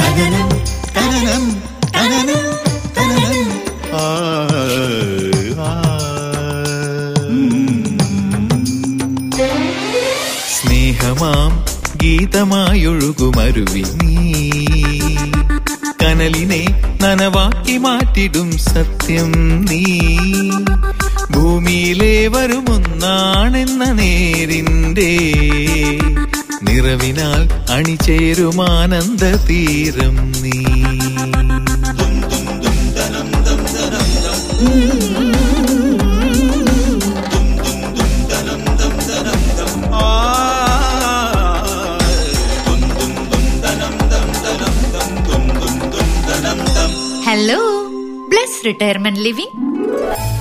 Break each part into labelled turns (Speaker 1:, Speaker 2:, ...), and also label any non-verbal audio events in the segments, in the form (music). Speaker 1: തനനം തനനം തനനം തനനം
Speaker 2: സ്നേഹമാം ഗീതമായൊഴുകുമരുവി നീ കനലിനെ നനവാക്കി മാറ്റിടും സത്യം നീ ഭൂമിയിലെ വരുമൊന്നാണെന്ന നേരിൻ്റെ നിറവിനാൽ അണിചേരുമാനന്ദ തീരം നീ
Speaker 3: hello bless retirement living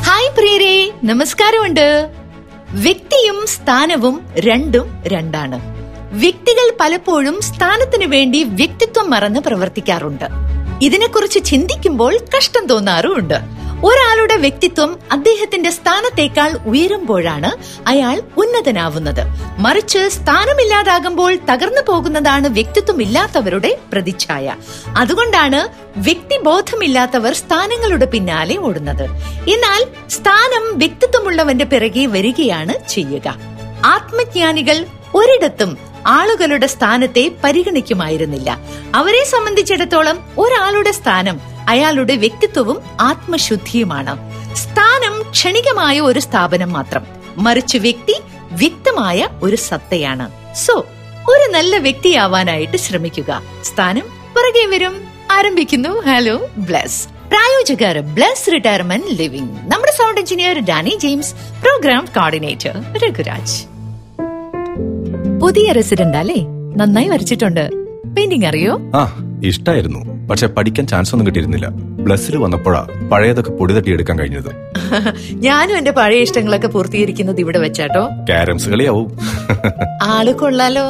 Speaker 3: hi പ്രിയരെ നമസ്കാരമുണ്ട് വ്യക്തിയും സ്ഥാനവും രണ്ടും രണ്ടാണ് വ്യക്തികൾ പലപ്പോഴും സ്ഥാനത്തിനു വേണ്ടി വ്യക്തിത്വം മറന്ന് പ്രവർത്തിക്കാറുണ്ട് ഇതിനെക്കുറിച്ച് ചിന്തിക്കുമ്പോൾ കഷ്ടം തോന്നാറുമുണ്ട് ഒരാളുടെ വ്യക്തിത്വം അദ്ദേഹത്തിന്റെ സ്ഥാനത്തേക്കാൾ ഉയരുമ്പോഴാണ് അയാൾ ഉന്നതനാവുന്നത് മറിച്ച് സ്ഥാനമില്ലാതാകുമ്പോൾ തകർന്നു പോകുന്നതാണ് വ്യക്തിത്വം ഇല്ലാത്തവരുടെ പ്രതിച്ഛായ അതുകൊണ്ടാണ് വ്യക്തിബോധമില്ലാത്തവർ സ്ഥാനങ്ങളുടെ പിന്നാലെ ഓടുന്നത് എന്നാൽ സ്ഥാനം വ്യക്തിത്വമുള്ളവന്റെ പിറകെ വരികയാണ് ചെയ്യുക ആത്മജ്ഞാനികൾ ഒരിടത്തും ആളുകളുടെ സ്ഥാനത്തെ പരിഗണിക്കുമായിരുന്നില്ല അവരെ സംബന്ധിച്ചിടത്തോളം ഒരാളുടെ സ്ഥാനം അയാളുടെ വ്യക്തിത്വവും ആത്മശുദ്ധിയുമാണ് സ്ഥാനം ക്ഷണികമായ ഒരു സ്ഥാപനം മാത്രം മറിച്ച് വ്യക്തി വ്യക്തമായ ഒരു സത്തയാണ് സോ ഒരു നല്ല വ്യക്തിയാവാനായിട്ട് ശ്രമിക്കുക സ്ഥാനം പുറകെ വരും ആരംഭിക്കുന്നു ഹലോ ബ്ലസ് പ്രായോജകർ ബ്ലസ് റിട്ടയർമെന്റ് ലിവിംഗ് നമ്മുടെ sound engineer Danny James programme coordinator Raghuraj പുതിയ റെസിഡന്റ് അല്ലേ നന്നായി വരച്ചിട്ടുണ്ട് പെയിന്റിംഗ് അറിയോ (laughs)
Speaker 4: ആ ഇഷ്ടായിരുന്നു പക്ഷെ പഠിക്കാൻ ചാൻസ് ഒന്നും കിട്ടിയിരുന്നില്ല ബ്ലസ്സിൽ വന്നപ്പോഴാ പഴയതൊക്കെ പൊടി തട്ടിയെടുക്കാൻ കഴിഞ്ഞത്
Speaker 3: ഞാനും എന്റെ പഴയ ഇഷ്ടങ്ങളൊക്കെ പൂർത്തീകരിക്കുന്നത് ഇവിടെ വെച്ചാട്ടോ
Speaker 4: ക്യാരംസ് കളിയാവും (laughs)
Speaker 3: ആള് കൊള്ളാലോ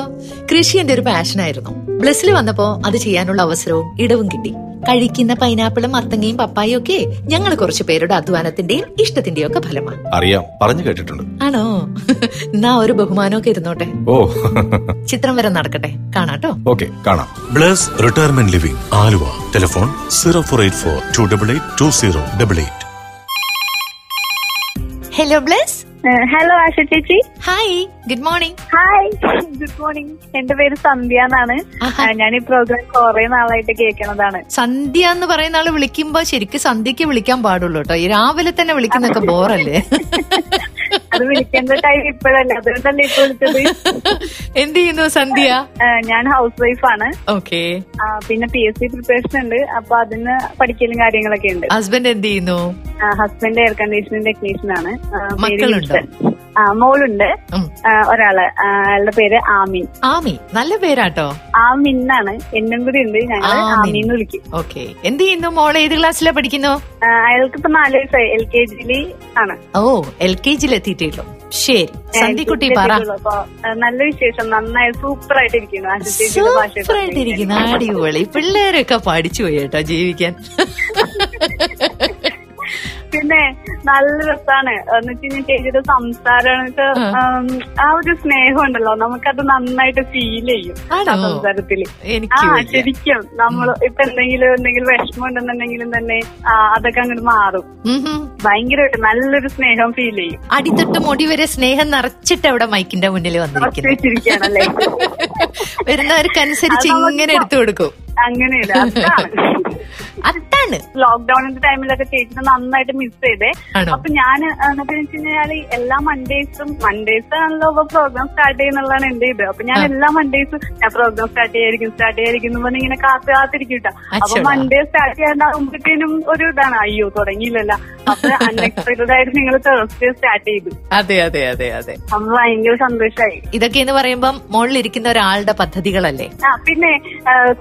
Speaker 3: കൃഷി എന്റെ ഒരു പാഷനായിരുന്നു ബ്ലസ്സിൽ വന്നപ്പോ അത് ചെയ്യാനുള്ള അവസരവും ഇടവും കിട്ടി കഴിക്കുന്ന പൈനാപ്പിളും മത്തങ്ങയും പപ്പായും ഒക്കെ ഞങ്ങൾ കുറച്ചു പേരുടെ അധ്വാനത്തിന്റെയും ഇഷ്ടത്തിന്റെയും ഒക്കെ ഫലമാണ്
Speaker 4: അറിയാം പറഞ്ഞു കേട്ടിട്ടുണ്ട്
Speaker 3: ആണോ (laughs) എന്നാ ഒരു ബഹുമാനമൊക്കെ ഇരുന്നോട്ടെ
Speaker 4: ഓ (laughs)
Speaker 3: ചിത്രം വരെ നടക്കട്ടെ കാണാട്ടോ
Speaker 4: ഓക്കെ കാണാം
Speaker 5: Bless retirement living Aluva telephone zero four eight four two double eight two zero double eight
Speaker 3: hello Bless
Speaker 6: hello Asha ചേച്ചി
Speaker 3: hi good morning
Speaker 6: hi good morning എന്റെ പേര് സന്ധ്യ എന്നാണ്
Speaker 3: ആഹാ.
Speaker 6: ആ, ഞാൻ ഈ പ്രോഗ്രാം കുറെ നാളായിട്ട് കേൾക്കണതാണ്
Speaker 3: സന്ധ്യ എന്ന് പറയുന്ന ആള് വിളിക്കുമ്പോ ശരിക്കും സന്ധ്യക്ക് വിളിക്കാൻ പാടുള്ളൂ കേട്ടോ ഈ രാവിലെ തന്നെ വിളിക്കുന്നൊക്കെ ബോറല്ലേ (laughs)
Speaker 6: അത് വിളിക്കേണ്ട ടൈം ഇപ്പോഴല്ല അതുകൊണ്ടല്ലേ ഇപ്പൊ വിളിച്ചത്
Speaker 3: എന്ത് ചെയ്യുന്നു സന്ധ്യ
Speaker 6: ആ, ഞാൻ ഹൗസ് വൈഫാണ്
Speaker 3: ഓക്കെ
Speaker 6: ആ, പിന്നെ പി എസ് സി പ്രിപ്പറേഷൻ ഉണ്ട് അപ്പൊ അതിന് പഠിക്കലും കാര്യങ്ങളൊക്കെ ഉണ്ട്
Speaker 3: ഹസ്ബൻഡ് എന്ത് ചെയ്യുന്നു
Speaker 6: ഹസ്ബൻഡ് എയർ കണ്ടീഷനിങ് ടെക്നീഷ്യൻ ആണ് ആ, പേര്
Speaker 3: മക്കളുണ്ടോ?
Speaker 6: ഹിൽസൺ. ആ, മോളുണ്ട്
Speaker 3: ഉം.
Speaker 6: ആ, ഒരാള് ആ, ആളുടെ പേര് ആമിൻ
Speaker 3: ആമി നല്ല പേരാട്ടോ
Speaker 6: ആമിൻ ആണ് എന്നും കൂടി ഉണ്ട് ഞങ്ങൾ
Speaker 3: ആമിൻ.
Speaker 6: ആമിൻ എന്ന് വിളിക്കും
Speaker 3: ഓക്കെ എന്ത് ചെയ്യുന്നു മോൾ ഏത് ക്ലാസ്സിലാ പഠിക്കുന്നു
Speaker 6: ആ, അയാൾക്ക് ഇപ്പൊ നാല് വയസ്സായി എൽ കെ ജിയിൽ ആണ്
Speaker 3: ഓ എൽ കെ ജിയിൽ എത്തിയിട്ടുള്ളൂ ശരി സന്ധ്യക്കുട്ടി
Speaker 6: ഏ,
Speaker 3: പറ
Speaker 6: കുട്ടികളെ അപ്പൊ, ഏ, നല്ല വിശേഷം നന്നായി സൂപ്പർ ആയിട്ടിരിക്കുന്നു ആശുപത്രിയിലെ
Speaker 3: സൂപ്പർ ആയിട്ടിരിക്കുന്ന
Speaker 6: ഭാഷ
Speaker 3: അടിപൊളി പിള്ളേരൊക്കെ പഠിച്ചു പോയി കേട്ടോ ജീവിക്കാൻ
Speaker 6: പിന്നെ നല്ല രസാണ് എന്ന് വെച്ച് കഴിഞ്ഞാൽ ചേച്ചിയുടെ സംസാരം ആ ഒരു സ്നേഹം ഉണ്ടല്ലോ നമുക്കത് നന്നായിട്ട് ഫീൽ ചെയ്യും ആ
Speaker 3: ആണോ?
Speaker 6: സംസാരത്തില് ആ
Speaker 3: എനിക്ക് വയ്യ.
Speaker 6: ശരിക്കും നമ്മള് ഇപ്പൊ എന്തെങ്കിലും എന്തെങ്കിലും വിഷമം ഉണ്ടെന്നുണ്ടെങ്കിലും തന്നെ ആ, അതൊക്കെ അങ്ങോട്ട് മാറും
Speaker 3: ഉം ഹും.
Speaker 6: ഭയങ്കരമായിട്ട് നല്ലൊരു സ്നേഹം ഫീൽ ചെയ്യും
Speaker 3: അടിതൊട്ട് മുടി വരെ സ്നേഹം നിറച്ചിട്ട് അവിടെ മൈക്കിന്റെ മുന്നിൽ വന്നിരിക്കുന്നു (laughs)
Speaker 6: ഉറപ്പിച്ചിരിക്കുകയാണല്ലേ
Speaker 3: വരുന്നവർക്കനുസരിച്ച്
Speaker 6: അത് നമുക്ക്
Speaker 3: ഇങ്ങനെ എടുത്തു കൊടുക്കും
Speaker 6: അങ്ങനെയല്ല അതാണ്
Speaker 3: അതാണ്
Speaker 6: ലോക്ക്ഡൌണിന്റെ ടൈമിലൊക്കെ ചേച്ചിനെ നന്നായിട്ട് മിസ് ചെയ്തേ
Speaker 3: ആണോ?
Speaker 6: അപ്പൊ ഞാൻ എന്നൊക്കെ വെച്ച് കഴിഞ്ഞാൽ എല്ലാ മൺഡേസും മൺഡേസ് ആണല്ലോ ഇപ്പൊ പ്രോഗ്രാം സ്റ്റാർട്ട് ചെയ്യുന്നുള്ളതാണ് എന്റെ ഇത് അപ്പൊ ഞാൻ
Speaker 3: ആ.
Speaker 6: എല്ലാ മൺഡേസും ഞാൻ പ്രോഗ്രാം സ്റ്റാർട്ട് ചെയ്യായിരിക്കും സ്റ്റാർട്ട് ചെയ്യായിരിക്കും എന്ന് പറഞ്ഞ് ഇങ്ങനെ കാത്ത് കാത്തിരിക്കും ട്ടോ. അപ്പൊ
Speaker 3: അച്ചോടാ.
Speaker 6: മൺഡേ സ്റ്റാർട്ട് ചെയ്യാണ്ടാവുമ്പോഴത്തേനും ഒരു ഇതാണ് അയ്യോ തുടങ്ങിയില്ലല്ലോ അപ്പൊ അൺഎക്സ്പെക്ടഡ് ആയിട്ട് നിങ്ങൾ തേഴ്സ്ഡേ സ്റ്റാർട്ട് ചെയ്തു
Speaker 3: അതെ അതെ അതെ അതെ
Speaker 6: അപ്പൊ ഭയങ്കര സന്തോഷമായി
Speaker 3: ഇതൊക്കെ എന്ന് പറയുമ്പം മുകളിലിരിക്കുന്ന ഒരാളുടെ പദ്ധതികളല്ലേ
Speaker 6: ആ പിന്നെ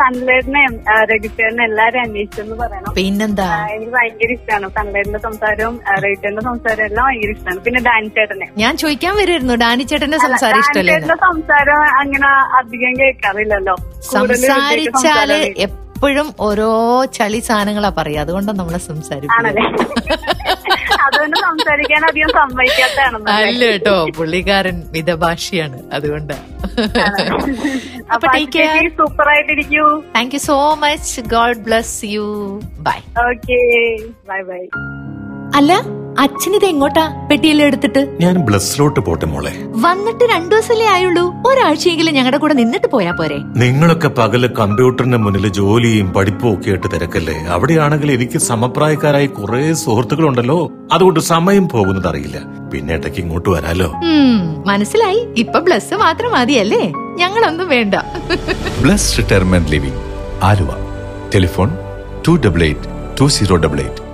Speaker 6: സൺലേടിനെയും രജിസ്റ്ററിനെ എല്ലാരും അന്വേഷിച്ചു എന്ന് പറയണം
Speaker 3: പിന്നെന്താ
Speaker 6: ആ, എനിക്ക് ഭയങ്കര ഇഷ്ടമാണ് സൺലൈറ്റിന്റെ സംസാരവും റേറ്റന്റെ സംസാരവും എല്ലാം ഭയങ്കര ഇഷ്ടമാണ് പിന്നെ ഡാൻസ് ചേട്ടനെ
Speaker 3: ഞാൻ ചോദിക്കാൻ വരുമായിരുന്നു ഡാനി ചേട്ടന്റെ സംസാരം ഇഷ്ടമല്ലേ എന്ന്?
Speaker 6: ചേട്ടന്റെ സംസാരം അങ്ങനെ അധികം കേൾക്കാറില്ലല്ലോ കൂടുതലും ചേട്ടന്റെ
Speaker 3: സംസാരിച്ചാല്
Speaker 6: സംസാരമേ.
Speaker 3: എപ്പോഴും ഓരോ ചളി സാധനങ്ങളാ പറയാ അതുകൊണ്ടാണ് നമ്മളെ സംസാരിക്കുന്നത് (laughs)
Speaker 6: ആണല്ലേ അതുകൊണ്ട് സംസാരിക്കാൻ അധികം സമ്മതിക്കാത്തതാണെന്ന്
Speaker 3: അല്ല കേട്ടോ പുള്ളിക്കാരൻ മിതഭാഷിയാണ് അതുകൊണ്ട് അപ്പൊ take care.
Speaker 6: സൂപ്പർ ആയിട്ടിരിക്കൂ
Speaker 3: thank you so much God bless you bye
Speaker 6: okay bye bye
Speaker 3: അല്ല അച്ഛൻ ഇത് എങ്ങോട്ടാ പെട്ടിയിൽ എടുത്തിട്ട്
Speaker 5: ഞാൻ ബ്ലസ്സിലോട്ട് പോട്ടെ മോളെ
Speaker 3: വന്നിട്ട് രണ്ടു ദിവസമല്ലേ ആയുള്ളൂ ഒരാഴ്ചയെങ്കിലും ഞങ്ങളുടെ കൂടെ നിന്നിട്ട് പോയാ പോരെ
Speaker 5: നിങ്ങളൊക്കെ പകല് കമ്പ്യൂട്ടറിന്റെ മുന്നിൽ ജോലിയും പഠിപ്പും ഒക്കെ ആയിട്ട് തിരക്കല്ലേ അവിടെയാണെങ്കിൽ എനിക്ക് സമപ്രായക്കാരായി കുറെ സുഹൃത്തുക്കളുണ്ടല്ലോ അതുകൊണ്ട് സമയം പോകുന്നത് അറിയില്ല പിന്നെ ഇടയ്ക്ക് ഇങ്ങോട്ട് വരാലോ
Speaker 3: ഉം, മനസ്സിലായി ഇപ്പൊ ബ്ലസ് മാത്രം മതിയല്ലേ ഞങ്ങളൊന്നും വേണ്ട
Speaker 4: Bless retirement living Aluva telephone two double eight two zero double eight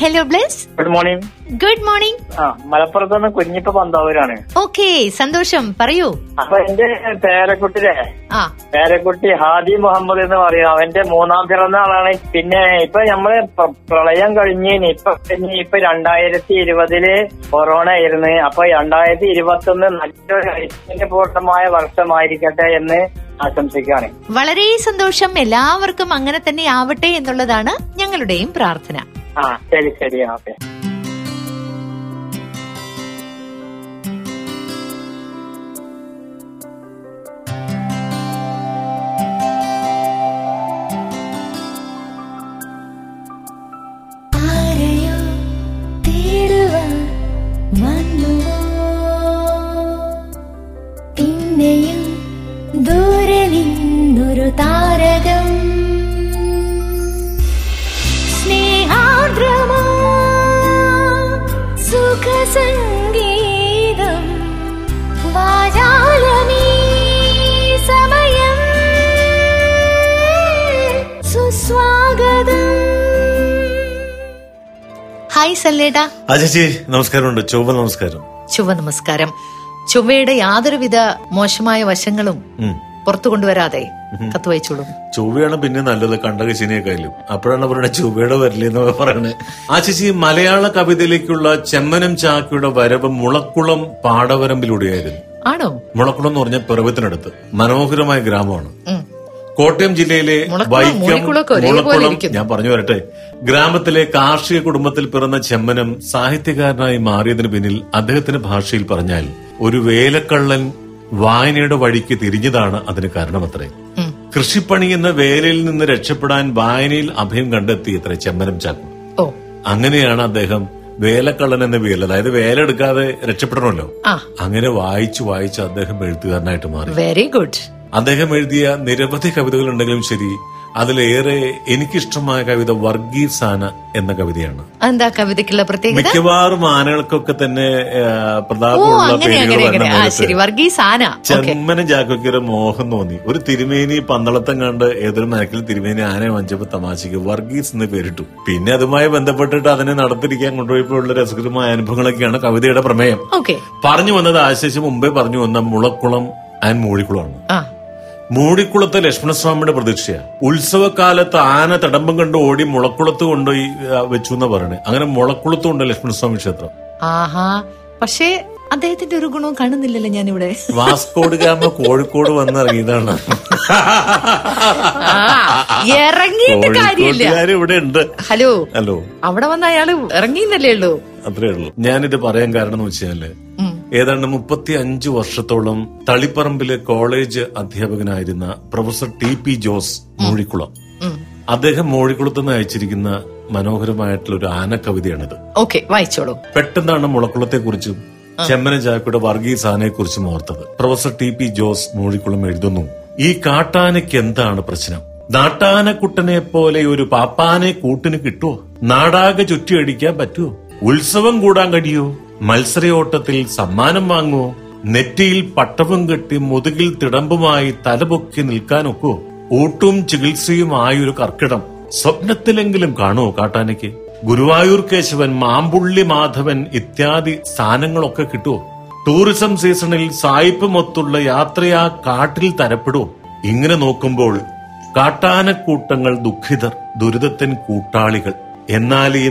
Speaker 3: hello Bless
Speaker 7: good morning
Speaker 3: good morning
Speaker 7: ആ മലപ്പുറത്ത് നിന്ന് കുഞ്ഞിപ്പ പന്താവൂരാണ്
Speaker 3: ഓക്കെ സന്തോഷം പറയൂ
Speaker 7: അപ്പൊ എന്റെ പേരക്കുട്ടിലെ
Speaker 3: ആ
Speaker 7: പേരക്കുട്ടി ഹാദി മുഹമ്മദ് എന്ന് പറയും അവന്റെ മൂന്നാം പിറന്നാളാണ് പിന്നെ ഇപ്പൊ നമ്മള് പ്ര- പ്രളയം കഴിഞ്ഞ് ഇപ്പൊ കഴിഞ്ഞ് ഇപ്പൊ രണ്ടായിരത്തി ഇരുപതില് കൊറോണ ആയിരുന്നു അപ്പൊ രണ്ടായിരത്തി ഇരുപത്തി ഒന്ന് നല്ലൊരു ഐശ്വര്യ പൂർണ്ണമായ വർഷമായിരിക്കട്ടെ എന്ന് ആശംസിക്കുകയാണ്
Speaker 3: വളരെ സന്തോഷം എല്ലാവർക്കും അങ്ങനെ തന്നെ ആവട്ടെ എന്നുള്ളതാണ് ഞങ്ങളുടെയും പ്രാർത്ഥന
Speaker 7: ആ ശരി ശരി ഓക്കെ
Speaker 8: ആരെയോ തേടുവാൻ വന്നുവോ? പിന്നെയും ദൂരെ നിന്നൊരു താരകം സ്നേഹാർദ്രമാ സുഖസംഗീതം വാചാലമീ സമയം സുസ്വാഗതം
Speaker 3: ഹായ് സല്ലേട
Speaker 5: അജയ് നമസ്കാരമുണ്ട് ചൊവ്വ നമസ്കാരം
Speaker 3: ചുവ നമസ്കാരം ചുവയുടെ യാതൊരുവിധ മോശമായ വശങ്ങളും
Speaker 5: ഉം.
Speaker 3: പുറത്തു കൊണ്ടുവരാതെ കത്ത് വായിച്ചോളൂ
Speaker 5: ചൊവ്വയാണ് പിന്നെ നല്ലത് കണ്ടകശിനിയെക്കാളും അപ്പോഴാണ് പറയുന്നത് ചൊവ്വയുടെ വരലെന്ന് പറയണേ ആ ചേച്ചി മലയാള കവിതയിലേക്കുള്ള ചെമ്മനം ചാക്കിയുടെ വരവ് മുളക്കുളം പാടവരമ്പിലൂടെയായിരുന്നു
Speaker 3: ആണോ
Speaker 5: മുളക്കുളം എന്ന് പറഞ്ഞ പിറവത്തിനടുത്ത് മനോഹരമായ ഗ്രാമമാണ്
Speaker 3: ഉം.
Speaker 5: കോട്ടയം ജില്ലയിലെ
Speaker 3: മുളക്കുളം, മൂളിക്കുളമൊക്കെ ഒരേപോലെ ഇരിക്കുന്നു.
Speaker 5: ഞാൻ പറഞ്ഞു വരട്ടെ ഗ്രാമത്തിലെ കാർഷിക കുടുംബത്തിൽ പിറന്ന ചെമ്മനം സാഹിത്യകാരനായി മാറിയതിനു പിന്നിൽ അദ്ദേഹത്തിന്റെ ഭാഷയിൽ പറഞ്ഞാൽ ഒരു വേലക്കള്ളൻ വായനയുടെ വഴിക്ക് തിരിഞ്ഞതാണ് അതിന് കാരണമത്രേ
Speaker 3: ഉം.
Speaker 5: കൃഷിപ്പണി എന്ന വേലയിൽ നിന്ന് രക്ഷപ്പെടാൻ വായനയിൽ അഭയം കണ്ടെത്തിയത്രേ ചെമ്മനം ചാക്കോ
Speaker 3: ഓ
Speaker 5: അങ്ങനെയാണ് അദ്ദേഹം വേലക്കള്ളൻ എന്ന വേല അതായത് വേല എടുക്കാതെ രക്ഷപ്പെടണമല്ലോ
Speaker 3: ആ
Speaker 5: അങ്ങനെ വായിച്ചു വായിച്ച് അദ്ദേഹം എഴുത്തുകാരനായിട്ട് മാറി
Speaker 3: വെരി ഗുഡ്
Speaker 5: അദ്ദേഹം എഴുതിയ നിരവധി കവിതകൾ ഉണ്ടെങ്കിലും ശരി അതിലേറെ എനിക്കിഷ്ടമായ കവിത വർഗീസാന എന്ന കവിതയാണ്
Speaker 3: എന്താ കവിതയ്ക്കുള്ള പ്രത്യേകത
Speaker 5: മിക്കവാറും ആനകൾക്കൊക്കെ തന്നെ ആ,
Speaker 3: ഓ
Speaker 5: പ്രതാപമുള്ള
Speaker 3: അങ്ങനെ
Speaker 5: പേരുകൾ
Speaker 3: അങ്ങനെ
Speaker 5: വരുന്ന
Speaker 3: അങ്ങനെ ആ ശരി
Speaker 5: നേരത്ത്
Speaker 3: വർഗീസ് ആന ഓക്കെ
Speaker 5: ചെമ്മന ജാക്കോക്കൊരു മോഹം തോന്നി ഒരു തിരുമേനി പന്തളത്തം കണ്ട് ഏതൊരു മരക്കിൽ തിരുമേനി ആനയെ വഞ്ചപ്പോ തമാശക്ക് വർഗീസ് എന്ന് പേരിട്ടു പിന്നെ അതുമായി ബന്ധപ്പെട്ടിട്ട് അതിനെ നടത്തിരിക്കാൻ കൊണ്ടുപോയപ്പോൾ ഉള്ള രസകരമായ അനുഭവങ്ങളൊക്കെയാണ് കവിതയുടെ പ്രമേയം
Speaker 3: ഓക്കെ
Speaker 5: പറഞ്ഞു വന്നത് ആശേഷം മുമ്പേ പറഞ്ഞു വന്ന മുളക്കുളം ആൻഡ് മൂഴിക്കുളമാണ്
Speaker 3: ആ
Speaker 5: മൂടിക്കുളത്തെ ലക്ഷ്മണസ്വാമിയുടെ പ്രതീക്ഷയാണ് ഉത്സവകാലത്ത് ആന തടമ്പം കണ്ട് ഓടി മുളക്കുളത്ത് കൊണ്ടുപോയി ആ, വെച്ചു എന്ന് പറയണേ അങ്ങനെ മുളക്കുളത്തുണ്ട് ലക്ഷ്മണസ്വാമി ക്ഷേത്രം
Speaker 3: ആഹാ പക്ഷേ അദ്ദേഹത്തിന്റെ ഒരു ഗുണവും കാണുന്നില്ലല്ലോ ഞാനിവിടെ
Speaker 5: വാസ്കോട് ഗാമ കോഴിക്കോട് വന്നിറങ്ങിയതാണ്
Speaker 3: ആ, ഇറങ്ങിയിട്ട് കാര്യമില്ല
Speaker 5: ഇവിടെ ഉണ്ട്
Speaker 3: ഹലോ
Speaker 5: ഹലോ
Speaker 3: അവിടെ വന്ന അയാള് ഇറങ്ങിന്നല്ലേ ഉള്ളൂ
Speaker 5: അത്രേ ഉള്ളൂ ഞാനിത് പറയാൻ കാരണം എന്ന് വെച്ചാല്
Speaker 3: ഉം.
Speaker 5: ഏതാണ്ട് മുപ്പത്തി അഞ്ച് വർഷത്തോളം തളിപ്പറമ്പിലെ കോളേജ് അധ്യാപകനായിരുന്ന professor T P Jose Moozhikkulam
Speaker 3: ഉം.
Speaker 5: അദ്ദേഹം മൂഴിക്കുളത്ത് നിന്ന് അയച്ചിരിക്കുന്ന മനോഹരമായിട്ടുള്ള ഒരു ആനക്കവിതയാണിത്
Speaker 3: ഓക്കെ വായിച്ചോളൂ
Speaker 5: പെട്ടെന്നാണ് മുളക്കുളത്തെക്കുറിച്ചും ചെമ്മന ചാക്കയുടെ വർഗീസ് ആനയെക്കുറിച്ചും ഓർത്തത് professor T P Jose Moozhikkulam എഴുതുന്നു ഈ കാട്ടാനയ്ക്ക് എന്താണ് പ്രശ്നം നാട്ടാനക്കുട്ടനെ പോലെ ഒരു പാപ്പാനെ കൂട്ടിന് കിട്ടുമോ നാടാകെ ചുറ്റിയടിക്കാൻ പറ്റുമോ ഉത്സവം കൂടാൻ കഴിയോ മത്സരയോട്ടത്തിൽ സമ്മാനം വാങ്ങുമോ നെറ്റിയിൽ പട്ടവും കെട്ടി മുതുകിൽ തിടമ്പുമായി തലപൊക്കി നിൽക്കാനൊക്കോ ഊട്ടും ചികിത്സയുമായൊരു കർക്കിടം സ്വപ്നത്തിലെങ്കിലും കാണുമോ കാട്ടാനയ്ക്ക് ഗുരുവായൂർ കേശവൻ മാമ്പുള്ളി മാധവൻ ഇത്യാദി സ്ഥാനങ്ങളൊക്കെ കിട്ടുമോ ടൂറിസം സീസണിൽ സായിപ്പുമൊത്തുള്ള യാത്രയാ കാട്ടിൽ തരപ്പെടുമോ ഇങ്ങനെ നോക്കുമ്പോൾ കാട്ടാനക്കൂട്ടങ്ങൾ ദുഃഖിതർ ദുരിതത്തിൻ കൂട്ടാളികൾ എന്നാൽ ഈ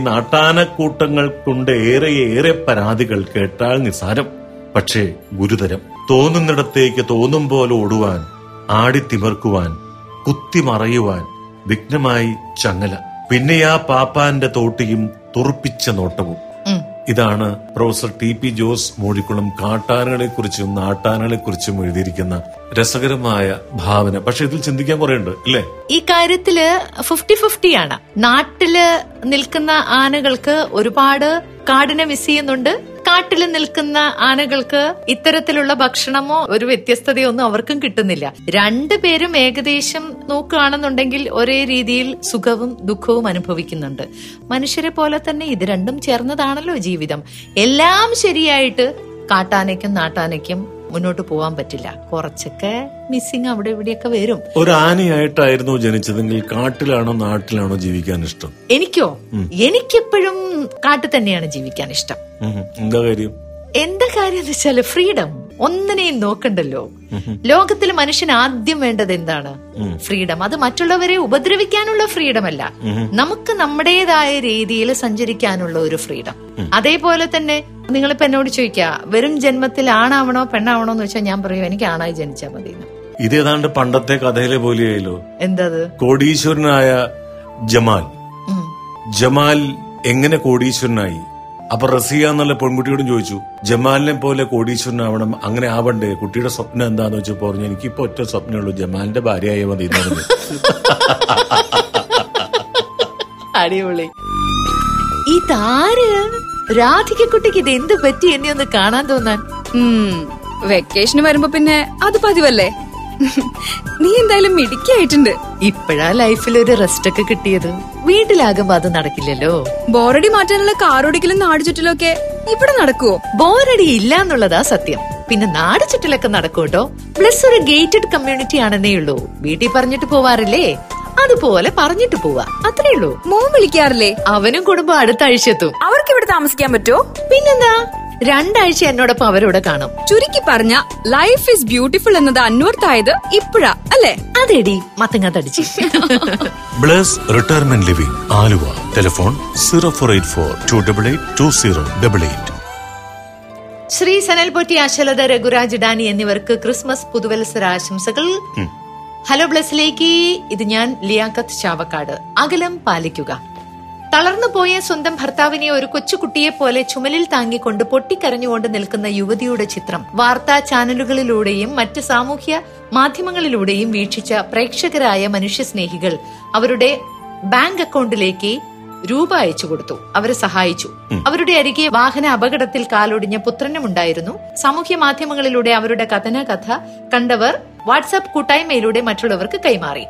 Speaker 5: നാട്ടാനക്കൂട്ടങ്ങൾക്കുണ്ട് ഏറെ ഏറെ പരാതികൾ കേട്ടാൽ നിസാരം പക്ഷേ ഗുരുതരം തോന്നുന്നിടത്തേക്ക് തോന്നും പോലെ ഓടുവാൻ ആടിത്തിമർക്കുവാൻ കുത്തിമറയുവാൻ വിഘ്നമായി ചങ്ങല പിന്നെ ആ പാപ്പാന്റെ തോട്ടിയും തുറപ്പിച്ച നോട്ടവും
Speaker 3: ഉം.
Speaker 5: ഇതാണ് professor T P Jose Moozhikkulam കാട്ടാനകളെ കുറിച്ചും നാട്ടാനകളെ കുറിച്ചും എഴുതിയിരിക്കുന്ന രസകരമായ ഭാവന പക്ഷെ ഇതിൽ ചിന്തിക്കാൻ കുറേ ഉണ്ട് അല്ലേ
Speaker 3: ഈ കാര്യത്തില് ഫിഫ്റ്റി ഫിഫ്റ്റി ആണ് നാട്ടില് നിൽക്കുന്ന ആനകൾക്ക് ഒരുപാട് കാടിനെ മിസ് ചെയ്യുന്നുണ്ട് കാട്ടിൽ നിൽക്കുന്ന ആനകൾക്ക് ഇത്തരത്തിലുള്ള ഭക്ഷണമോ ഒരു വ്യത്യസ്തതയോ ഒന്നും അവർക്കും കിട്ടുന്നില്ല രണ്ടുപേരും ഏകദേശം നോക്കുകയാണെന്നുണ്ടെങ്കിൽ ഒരേ രീതിയിൽ സുഖവും ദുഃഖവും അനുഭവിക്കുന്നുണ്ട് മനുഷ്യരെ പോലെ തന്നെ ഇത് രണ്ടും ചേർന്നതാണല്ലോ ജീവിതം എല്ലാം ശരിയായിട്ട് കാട്ടാനയ്ക്കും നാട്ടാനയ്ക്കും മുന്നോട്ട് പോകാൻ പറ്റില്ല കുറച്ചൊക്കെ മിസ്സിങ് അവിടെ ഇവിടെയൊക്കെ വരും
Speaker 5: ഒരു ആനയായിട്ടായിരുന്നു ജനിച്ചതെങ്കിൽ കാട്ടിലാണോ നാട്ടിലാണോ ജീവിക്കാൻ ഇഷ്ടം
Speaker 3: എനിക്കോ എനിക്കെപ്പോഴും കാട്ടിൽ തന്നെയാണ് ജീവിക്കാൻ ഇഷ്ടം
Speaker 5: ഉം. എന്താ കാര്യം
Speaker 3: എന്താ കാര്യം എന്ന് വെച്ചാല് ഫ്രീഡം ഒന്നിനെയും നോക്കണ്ടല്ലോ ലോകത്തിൽ മനുഷ്യൻ ആദ്യം വേണ്ടത് എന്താണ് ഫ്രീഡം അത് മറ്റുള്ളവരെ ഉപദ്രവിക്കാനുള്ള ഫ്രീഡം അല്ല നമുക്ക് നമ്മുടേതായ രീതിയിൽ സഞ്ചരിക്കാനുള്ള ഒരു ഫ്രീഡം അതേപോലെ തന്നെ നിങ്ങളിപ്പോ എന്നോട് ചോദിക്കുക വെറും ജന്മത്തിൽ ആണാവണോ പെണ്ണാവണോ എന്ന് വെച്ചാൽ ഞാൻ പറയും എനിക്ക് ആണായി ജനിച്ചാൽ മതി എന്ന്.
Speaker 5: ഇതേതാണ്ട് പണ്ടത്തെ കഥയിലെ പോലെയായല്ലോ
Speaker 3: എന്തത്
Speaker 5: കോടീശ്വരനായ ജമാൽ
Speaker 3: ഉം.
Speaker 5: ജമാൽ എങ്ങനെ കോടീശ്വരനായി അപ്പൊ റസിയ എന്നുള്ള പെൺകുട്ടിയോടും ചോദിച്ചു ജമാലിനെ പോലെ കോടീശ്വരനാവണം അങ്ങനെ ആവണ്ടേ കുട്ടിയുടെ സ്വപ്നം എന്താന്ന് വെച്ചപ്പോ പറഞ്ഞു എനിക്കിപ്പോ ഒറ്റ സ്വപ്നമേ ഉള്ളൂ ജമാലിന്റെ ഭാര്യയായ മതി എന്ന് (laughs) പറഞ്ഞു.
Speaker 3: അടിപൊളി ഈ താര് രാധികക്കുട്ടിക്ക് ഇത് എന്ത് പറ്റി എന്നെ ഒന്ന് കാണാൻ തോന്നാൻ
Speaker 9: ഉം, വെക്കേഷന് വരുമ്പോ പിന്നെ അത് പതിവല്ലേ നീ എന്തായാലും മിടുക്കിയായിട്ടുണ്ട്
Speaker 3: ഇപ്പോഴാ ലൈഫിൽ ഒരു റെസ്റ്റ് ഒക്കെ കിട്ടിയത് വീട്ടിലാകുമ്പോ അത് നടക്കില്ലല്ലോ
Speaker 9: ബോറടി മാറ്റാനുള്ള കാറോടിക്കലും നാട് ചുറ്റലും ഒക്കെ ഇവിടെ നടക്കുവോ
Speaker 3: ബോറടി ഇല്ല എന്നുള്ളതാ സത്യം പിന്നെ നാട് ചുറ്റിലൊക്കെ നടക്കൂട്ടോ പ്ലസ് ഒരു ഗേറ്റഡ് കമ്മ്യൂണിറ്റി ആണെന്നേ ഉള്ളൂ വീട്ടിൽ പറഞ്ഞിട്ട് പോവാറില്ലേ അതുപോലെ പറഞ്ഞിട്ട് പോവാ അത്രേ ഉള്ളൂ
Speaker 9: മോൻ വിളിക്കാറില്ലേ
Speaker 3: അവനും കുടുംബം അടുത്ത ആഴ്ച എത്തും
Speaker 9: അവർക്ക് ഇവിടെ താമസിക്കാൻ പറ്റുമോ
Speaker 3: പിന്നെന്താ രണ്ടാഴ്ച എന്നോടൊപ്പം അവരോട് കാണും
Speaker 9: ചുരുക്കി പറഞ്ഞ ലൈഫ് ഈസ് ബ്യൂട്ടിഫുൾ എന്നത് അന്വർത്ഥായത് ഇപ്പഴാ അല്ലേ
Speaker 3: അതെടി മത്തങ്ങ തടിച്ച്
Speaker 5: bless retirement living Aluva telephone zero four eight four two double eight two zero double eight
Speaker 3: Shri Sanal Potti Ashalatha Raghuraj Dani എന്നിവർക്ക് ക്രിസ്മസ് പുതുവത്സര ആശംസകൾ ഹലോ ബ്ലസ്സിലേക്ക് ഇത് ഞാൻ ലിയാഖത്ത് ചാവക്കാട് അകലം പാലിക്കുക തളർന്നു പോയ സ്വന്തം ഭർത്താവിനെ ഒരു കൊച്ചുകുട്ടിയെ പോലെ ചുമലിൽ താങ്ങിക്കൊണ്ട് പൊട്ടിക്കരഞ്ഞുകൊണ്ട് നിൽക്കുന്ന യുവതിയുടെ ചിത്രം വാർത്താ ചാനലുകളിലൂടെയും മറ്റ് സാമൂഹ്യ മാധ്യമങ്ങളിലൂടെയും വീക്ഷിച്ച പ്രേക്ഷകരായ മനുഷ്യസ്നേഹികൾ അവരുടെ ബാങ്ക് അക്കൗണ്ടിലേക്ക് രൂപ അയച്ചു കൊടുത്തു അവരെ സഹായിച്ചു അവരുടെ അരികെ വാഹന അപകടത്തിൽ കാലൊടിഞ്ഞ പുത്രനുമുണ്ടായിരുന്നു സാമൂഹ്യ മാധ്യമങ്ങളിലൂടെ അവരുടെ കഥന കഥ കണ്ടവർ വാട്സാപ്പ് കൂട്ടായ്മയിലൂടെ മറ്റുള്ളവർക്ക് കൈമാറി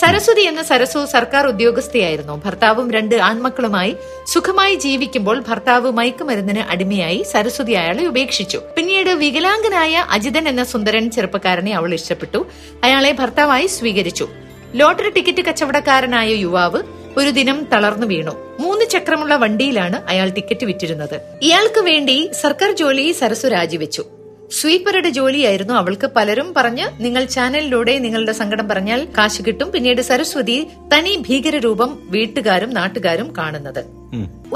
Speaker 3: സരസ്വതി എന്ന സരസു സർക്കാർ ഉദ്യോഗസ്ഥയായിരുന്നു ഭർത്താവും രണ്ട് ആൺമക്കളുമായി സുഖമായി ജീവിക്കുമ്പോൾ ഭർത്താവ് മയക്കുമരുന്നിന് അടിമയായി സരസ്വതി അയാളെ ഉപേക്ഷിച്ചു പിന്നീട് വികലാംഗനായ അജിതൻ എന്ന സുന്ദരൻ ചെറുപ്പക്കാരനെ അവൾ ഇഷ്ടപ്പെട്ടു അയാളെ ഭർത്താവായി സ്വീകരിച്ചു ലോട്ടറി ടിക്കറ്റ് കച്ചവടക്കാരനായ യുവാവ് ഒരു ദിനം തളർന്നു വീണു മൂന്ന് ചക്രമുള്ള വണ്ടിയിലാണ് അയാൾ ടിക്കറ്റ് വിറ്റിരുന്നത് ഇയാൾക്ക് വേണ്ടി സർക്കാർ ജോലി സരസു രാജിവെച്ചു സ്വീപ്പറുടെ ജോലിയായിരുന്നു അവൾക്ക് പലരും പറഞ്ഞ് നിങ്ങൾ ചാനലിലൂടെ നിങ്ങളുടെ സങ്കടം പറഞ്ഞാൽ കാശ് കിട്ടും പിന്നീട് സരസ്വതി തനി ഭീകരരൂപം വീട്ടുകാരും നാട്ടുകാരും കാണുന്നത്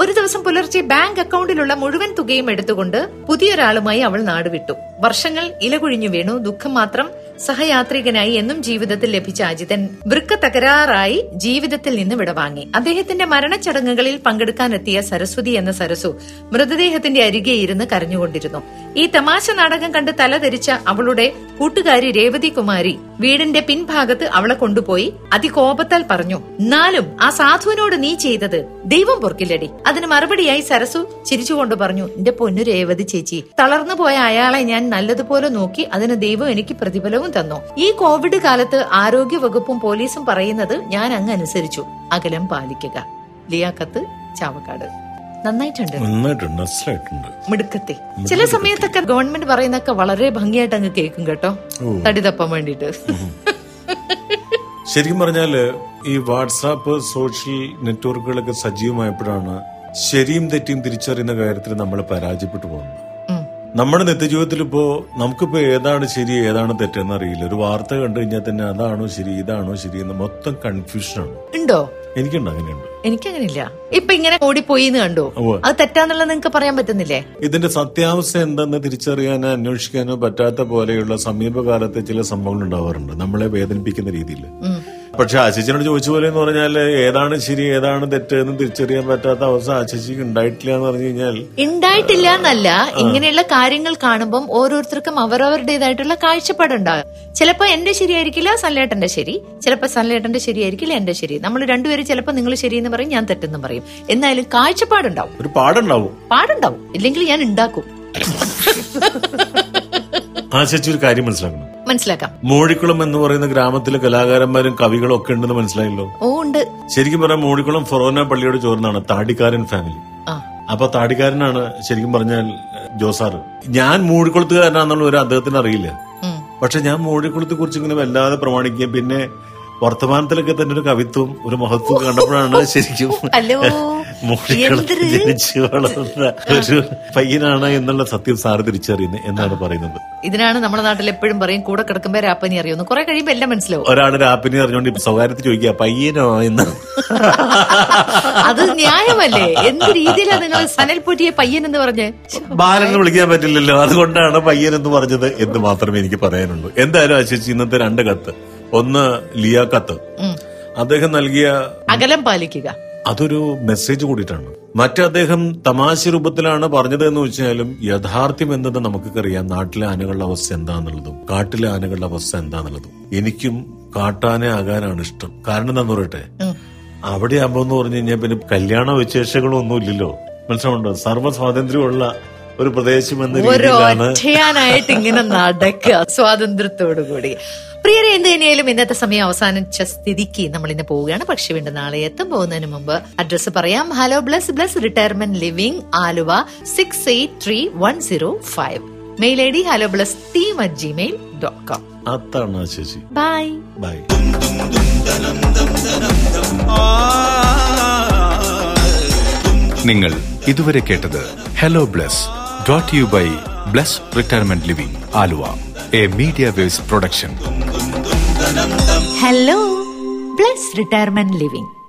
Speaker 3: ഒരു ദിവസം പുലർച്ചെ ബാങ്ക് അക്കൗണ്ടിലുള്ള മുഴുവൻ തുകയും എടുത്തുകൊണ്ട് പുതിയൊരാളുമായി അവൾ നാടുവിട്ടു വർഷങ്ങൾ ഇലകുഴിഞ്ഞു വീണു ദുഃഖം മാത്രം സഹയാത്രികനായി എന്നും ജീവിതത്തിൽ ലഭിച്ച അജിതൻ വൃക്ക തകരാറായി ജീവിതത്തിൽ നിന്ന് വിടവാങ്ങി അദ്ദേഹത്തിന്റെ മരണച്ചടങ്ങുകളിൽ പങ്കെടുക്കാനെത്തിയ സരസ്വതി എന്ന സരസു മൃതദേഹത്തിന്റെ അരികെ ഇരുന്ന് കരഞ്ഞുകൊണ്ടിരുന്നു ഈ തമാശ നാടകം കണ്ട് തലതെരിച്ച അവളുടെ കൂട്ടുകാരി രേവതി കുമാരി വീടിന്റെ പിൻഭാഗത്ത് അവളെ കൊണ്ടുപോയി അതികോപത്താൽ പറഞ്ഞു എന്നാലും ആ സാധുവിനോട് നീ ചെയ്തത് ദൈവം പൊറുക്കില്ലടി അതിന് മറുപടിയായി സരസു ചിരിച്ചുകൊണ്ട് പറഞ്ഞു എന്റെ പൊന്നു രേവതി ചേച്ചി തളർന്നു പോയ അയാളെ ഞാൻ നല്ലതുപോലെ നോക്കി അതിന് ദൈവം എനിക്ക് പ്രതിഫലവും തന്നു ഈ കോവിഡ് കാലത്ത് ആരോഗ്യ വകുപ്പും പോലീസും പറയുന്നത് ഞാൻ അങ്ങ് അനുസരിച്ചു അകലം പാലിക്കുക ലിയാക്കത്ത് ചാവക്കാട് നന്നായിട്ടുണ്ട്
Speaker 5: നന്നായിട്ടുണ്ട് മനസ്സിലായിട്ടുണ്ട്
Speaker 3: മിടുക്കത്തെ ചില സമയത്തൊക്കെ ഗവൺമെന്റ് പറയുന്നൊക്കെ വളരെ ഭംഗിയായിട്ട് അങ്ങ് കേൾക്കും കേട്ടോ തടി തപ്പാൻ വേണ്ടിട്ട്
Speaker 5: ശരിക്കും പറഞ്ഞാല് ഈ വാട്സാപ്പ് സോഷ്യൽ നെറ്റ്വർക്കുകളൊക്കെ സജീവമായപ്പോഴാണ് ശരിയും തെറ്റിയും തിരിച്ചറിയുന്ന കാര്യത്തിൽ നമ്മൾ പരാജയപ്പെട്ടു പോകുന്നത് നമ്മുടെ നിത്യജീവിതത്തിൽ ഇപ്പോ നമുക്കിപ്പോ ഏതാണ് ശരി ഏതാണ് തെറ്റെന്ന് അറിയില്ല ഒരു വാർത്ത കണ്ടു കഴിഞ്ഞാൽ തന്നെ അതാണോ ശരി ഇതാണോ ശരി എന്ന് മൊത്തം കൺഫ്യൂഷനാണ്
Speaker 3: ഉണ്ടോ
Speaker 5: എനിക്കുണ്ട് അങ്ങനെയുണ്ട്
Speaker 3: എനിക്കങ്ങനില്ല ഇപ്പൊ ഇങ്ങനെ ഓടിപ്പോയി എന്ന് കണ്ടു
Speaker 5: ഉവ്വ്.
Speaker 3: അത് തെറ്റാന്നുള്ളത് നിങ്ങക്ക് പറയാൻ പറ്റുന്നില്ലേ
Speaker 5: ഇതിന്റെ സത്യാവസ്ഥ എന്തെന്ന് തിരിച്ചറിയാനോ അന്വേഷിക്കാനോ പറ്റാത്ത പോലെയുള്ള സമീപകാലത്തെ ചില സംഭവങ്ങൾ ഉണ്ടാവാറുണ്ട് നമ്മളെ വേദനിപ്പിക്കുന്ന രീതിയിൽ പക്ഷെ ആശിച്ചിനോട് ചോദിച്ച പോലെ എന്ന് പറഞ്ഞാൽ ഏതാണ് ശരി ഏതാണ് തെറ്റ് എന്ന് തിരിച്ചറിയാൻ പറ്റാത്ത അവസ്ഥ ആശിച്ചിക്ക് ഉണ്ടായിട്ടില്ല എന്ന് പറഞ്ഞു കഴിഞ്ഞാൽ
Speaker 3: ഉണ്ടായിട്ടില്ല എന്നല്ല ഇങ്ങനെയുള്ള കാര്യങ്ങൾ കാണുമ്പോൾ ഓരോരുത്തർക്കും അവരവരുടേതായിട്ടുള്ള കാഴ്ചപ്പാടുണ്ടാകും ചിലപ്പോ എന്റെ ശരിയായിരിക്കില്ല സല്ലേട്ടന്റെ ശരി ചിലപ്പോ സല്ലേട്ടന്റെ ശരിയായിരിക്കില്ല എന്റെ ശരി നമ്മൾ രണ്ടുപേരും ചിലപ്പോ നിങ്ങൾ ശരിയെന്ന് പറയും ഞാൻ തെറ്റെന്ന് പറയും എന്നായാലും കാഴ്ചപ്പാടുണ്ടാവും
Speaker 5: ഒരു പാടുണ്ടാവും
Speaker 3: പാടുണ്ടാവും ഇല്ലെങ്കിൽ ഞാൻ ഉണ്ടാക്കും
Speaker 5: ആശിച്ച് ഒരു കാര്യം മനസ്സിലാക്കണം
Speaker 3: മനസ്സിലാക്കാം
Speaker 5: മോഴിക്കുളം എന്ന് പറയുന്ന ഗ്രാമത്തിലെ കലാകാരന്മാരും കവികളും ഒക്കെ ഉണ്ടെന്ന് മനസ്സിലായല്ലോ
Speaker 3: ഓ ഉണ്ട്
Speaker 5: ശരിക്കും പറഞ്ഞാൽ മോഴിക്കുളം ഫൊറോന പള്ളിയോട് ചോർന്നാണ് താടിക്കാരൻ ഫാമിലി
Speaker 3: ആ
Speaker 5: അപ്പൊ താടിക്കാരനാണ് ശരിക്കും പറഞ്ഞാൽ ജോസാറ് ഞാൻ മൂഴിക്കുളത്തുകാരനാണെന്നുള്ള ഒരു അദ്ദേഹത്തിന് അറിയില്ല
Speaker 3: ഉം.
Speaker 5: പക്ഷെ ഞാൻ മൂഴിക്കുളത്തെ കുറിച്ച് ഇങ്ങനെ വല്ലാതെ പ്രമാണിക്കുകയും പിന്നെ വർത്തമാനത്തിലൊക്കെ തന്നെ ഒരു കവിത്വം ഒരു മഹത്വം കണ്ടപ്പോഴാണ് ശരിക്കും (laughs)
Speaker 3: ഹലോ.
Speaker 5: മൂഴിക്കുളത്ത്
Speaker 3: എന്തൊരു-
Speaker 5: ജനിച്ചു വളർന്ന ഒരു പയ്യനാണ് എന്നുള്ള സത്യം സാറ് തിരിച്ചറിയുന്നത് എന്നാണ് പറയുന്നത്
Speaker 3: ഇതിനാണ് നമ്മുടെ നാട്ടിൽ എപ്പോഴും പറയും കൂടെ കിടക്കുമ്പോ രാപ്പനി അറിയുന്നു കുറെ കഴിയുമ്പോ എല്ലാം മനസ്സിലാവും
Speaker 5: ഒരാള് രാപ്പിനെ അറിഞ്ഞുകൊണ്ട് ഇപ്പൊ സ്വകാര്യത്തിൽ ചോദിക്കുക പയ്യനോ എന്ന്
Speaker 3: (laughs) അത് ന്യായമല്ലേ എന്ത് രീതിയിലാണ് നിങ്ങൾ സനൽ പൂറ്റിയ പയ്യൻ എന്ന് പറഞ്ഞ്
Speaker 5: (laughs) ബാലെന്ന് വിളിക്കാൻ പറ്റില്ലല്ലോ അതുകൊണ്ടാണ് പയ്യൻ എന്ന് പറഞ്ഞത് എന്ന് മാത്രമേ എനിക്ക് പറയാനുള്ളൂ എന്തായാലും ആശിച്ച് ഇന്നത്തെ രണ്ട് കത്ത് ഒന്ന് ലിയ കത്ത്
Speaker 3: ഉം.
Speaker 5: അദ്ദേഹം നൽകിയ
Speaker 3: അകലം പാലിക്കുക
Speaker 5: അതൊരു മെസ്സേജ് കൂടിയിട്ടാണ് മറ്റേ അദ്ദേഹം തമാശ രൂപത്തിലാണ് പറഞ്ഞത് എന്ന് വെച്ചാലും യഥാർത്ഥ്യം എന്നത് നമുക്കറിയാം നാട്ടിലെ ആനകളുടെ അവസ്ഥ എന്താന്നുള്ളതും കാട്ടിലെ ആനകളുടെ അവസ്ഥ എന്താന്നുള്ളതും എനിക്കും കാട്ടാന ആകാനാണ് ഇഷ്ടം കാരണം എന്താന്ന് പറയട്ടെ അവിടെ ആകുമ്പോ എന്ന് പറഞ്ഞു കഴിഞ്ഞാൽ പിന്നെ കല്യാണ വിശേഷങ്ങളും ഒന്നും ഇല്ലല്ലോ മനസ്സിലുണ്ടോ സർവ്വ സ്വാതന്ത്ര്യമുള്ള ഒരു പ്രദേശം എന്ന
Speaker 3: ഓരോ
Speaker 5: രീതിയിലാണ്
Speaker 3: ഒറ്റയാനായിട്ട് ഇങ്ങനെ നടക്കുക സ്വാതന്ത്ര്യത്തോടു കൂടി പ്രിയരെ എന്ത് തന്നെയായാലും ഇന്നത്തെ സമയം അവസാനിച്ച സ്ഥിതിക്ക് നമ്മൾ ഇന്ന് പോവുകയാണ് പക്ഷെ വീണ്ടും നാളെ എത്തും പോകുന്നതിന് മുമ്പ് അഡ്രസ്സ് പറയാം hello Bless Bless retirement living Aluva six eight three one zero five mail I D hello Bless theme at Gmail dot com
Speaker 5: അതാണ് ആ ശശി
Speaker 3: ബൈ
Speaker 5: ബൈ
Speaker 4: നിങ്ങൾ ഇതുവരെ കേട്ടത് hello Bless dot you bye Bless retirement living Aluva a media waves production
Speaker 3: hello bless retirement living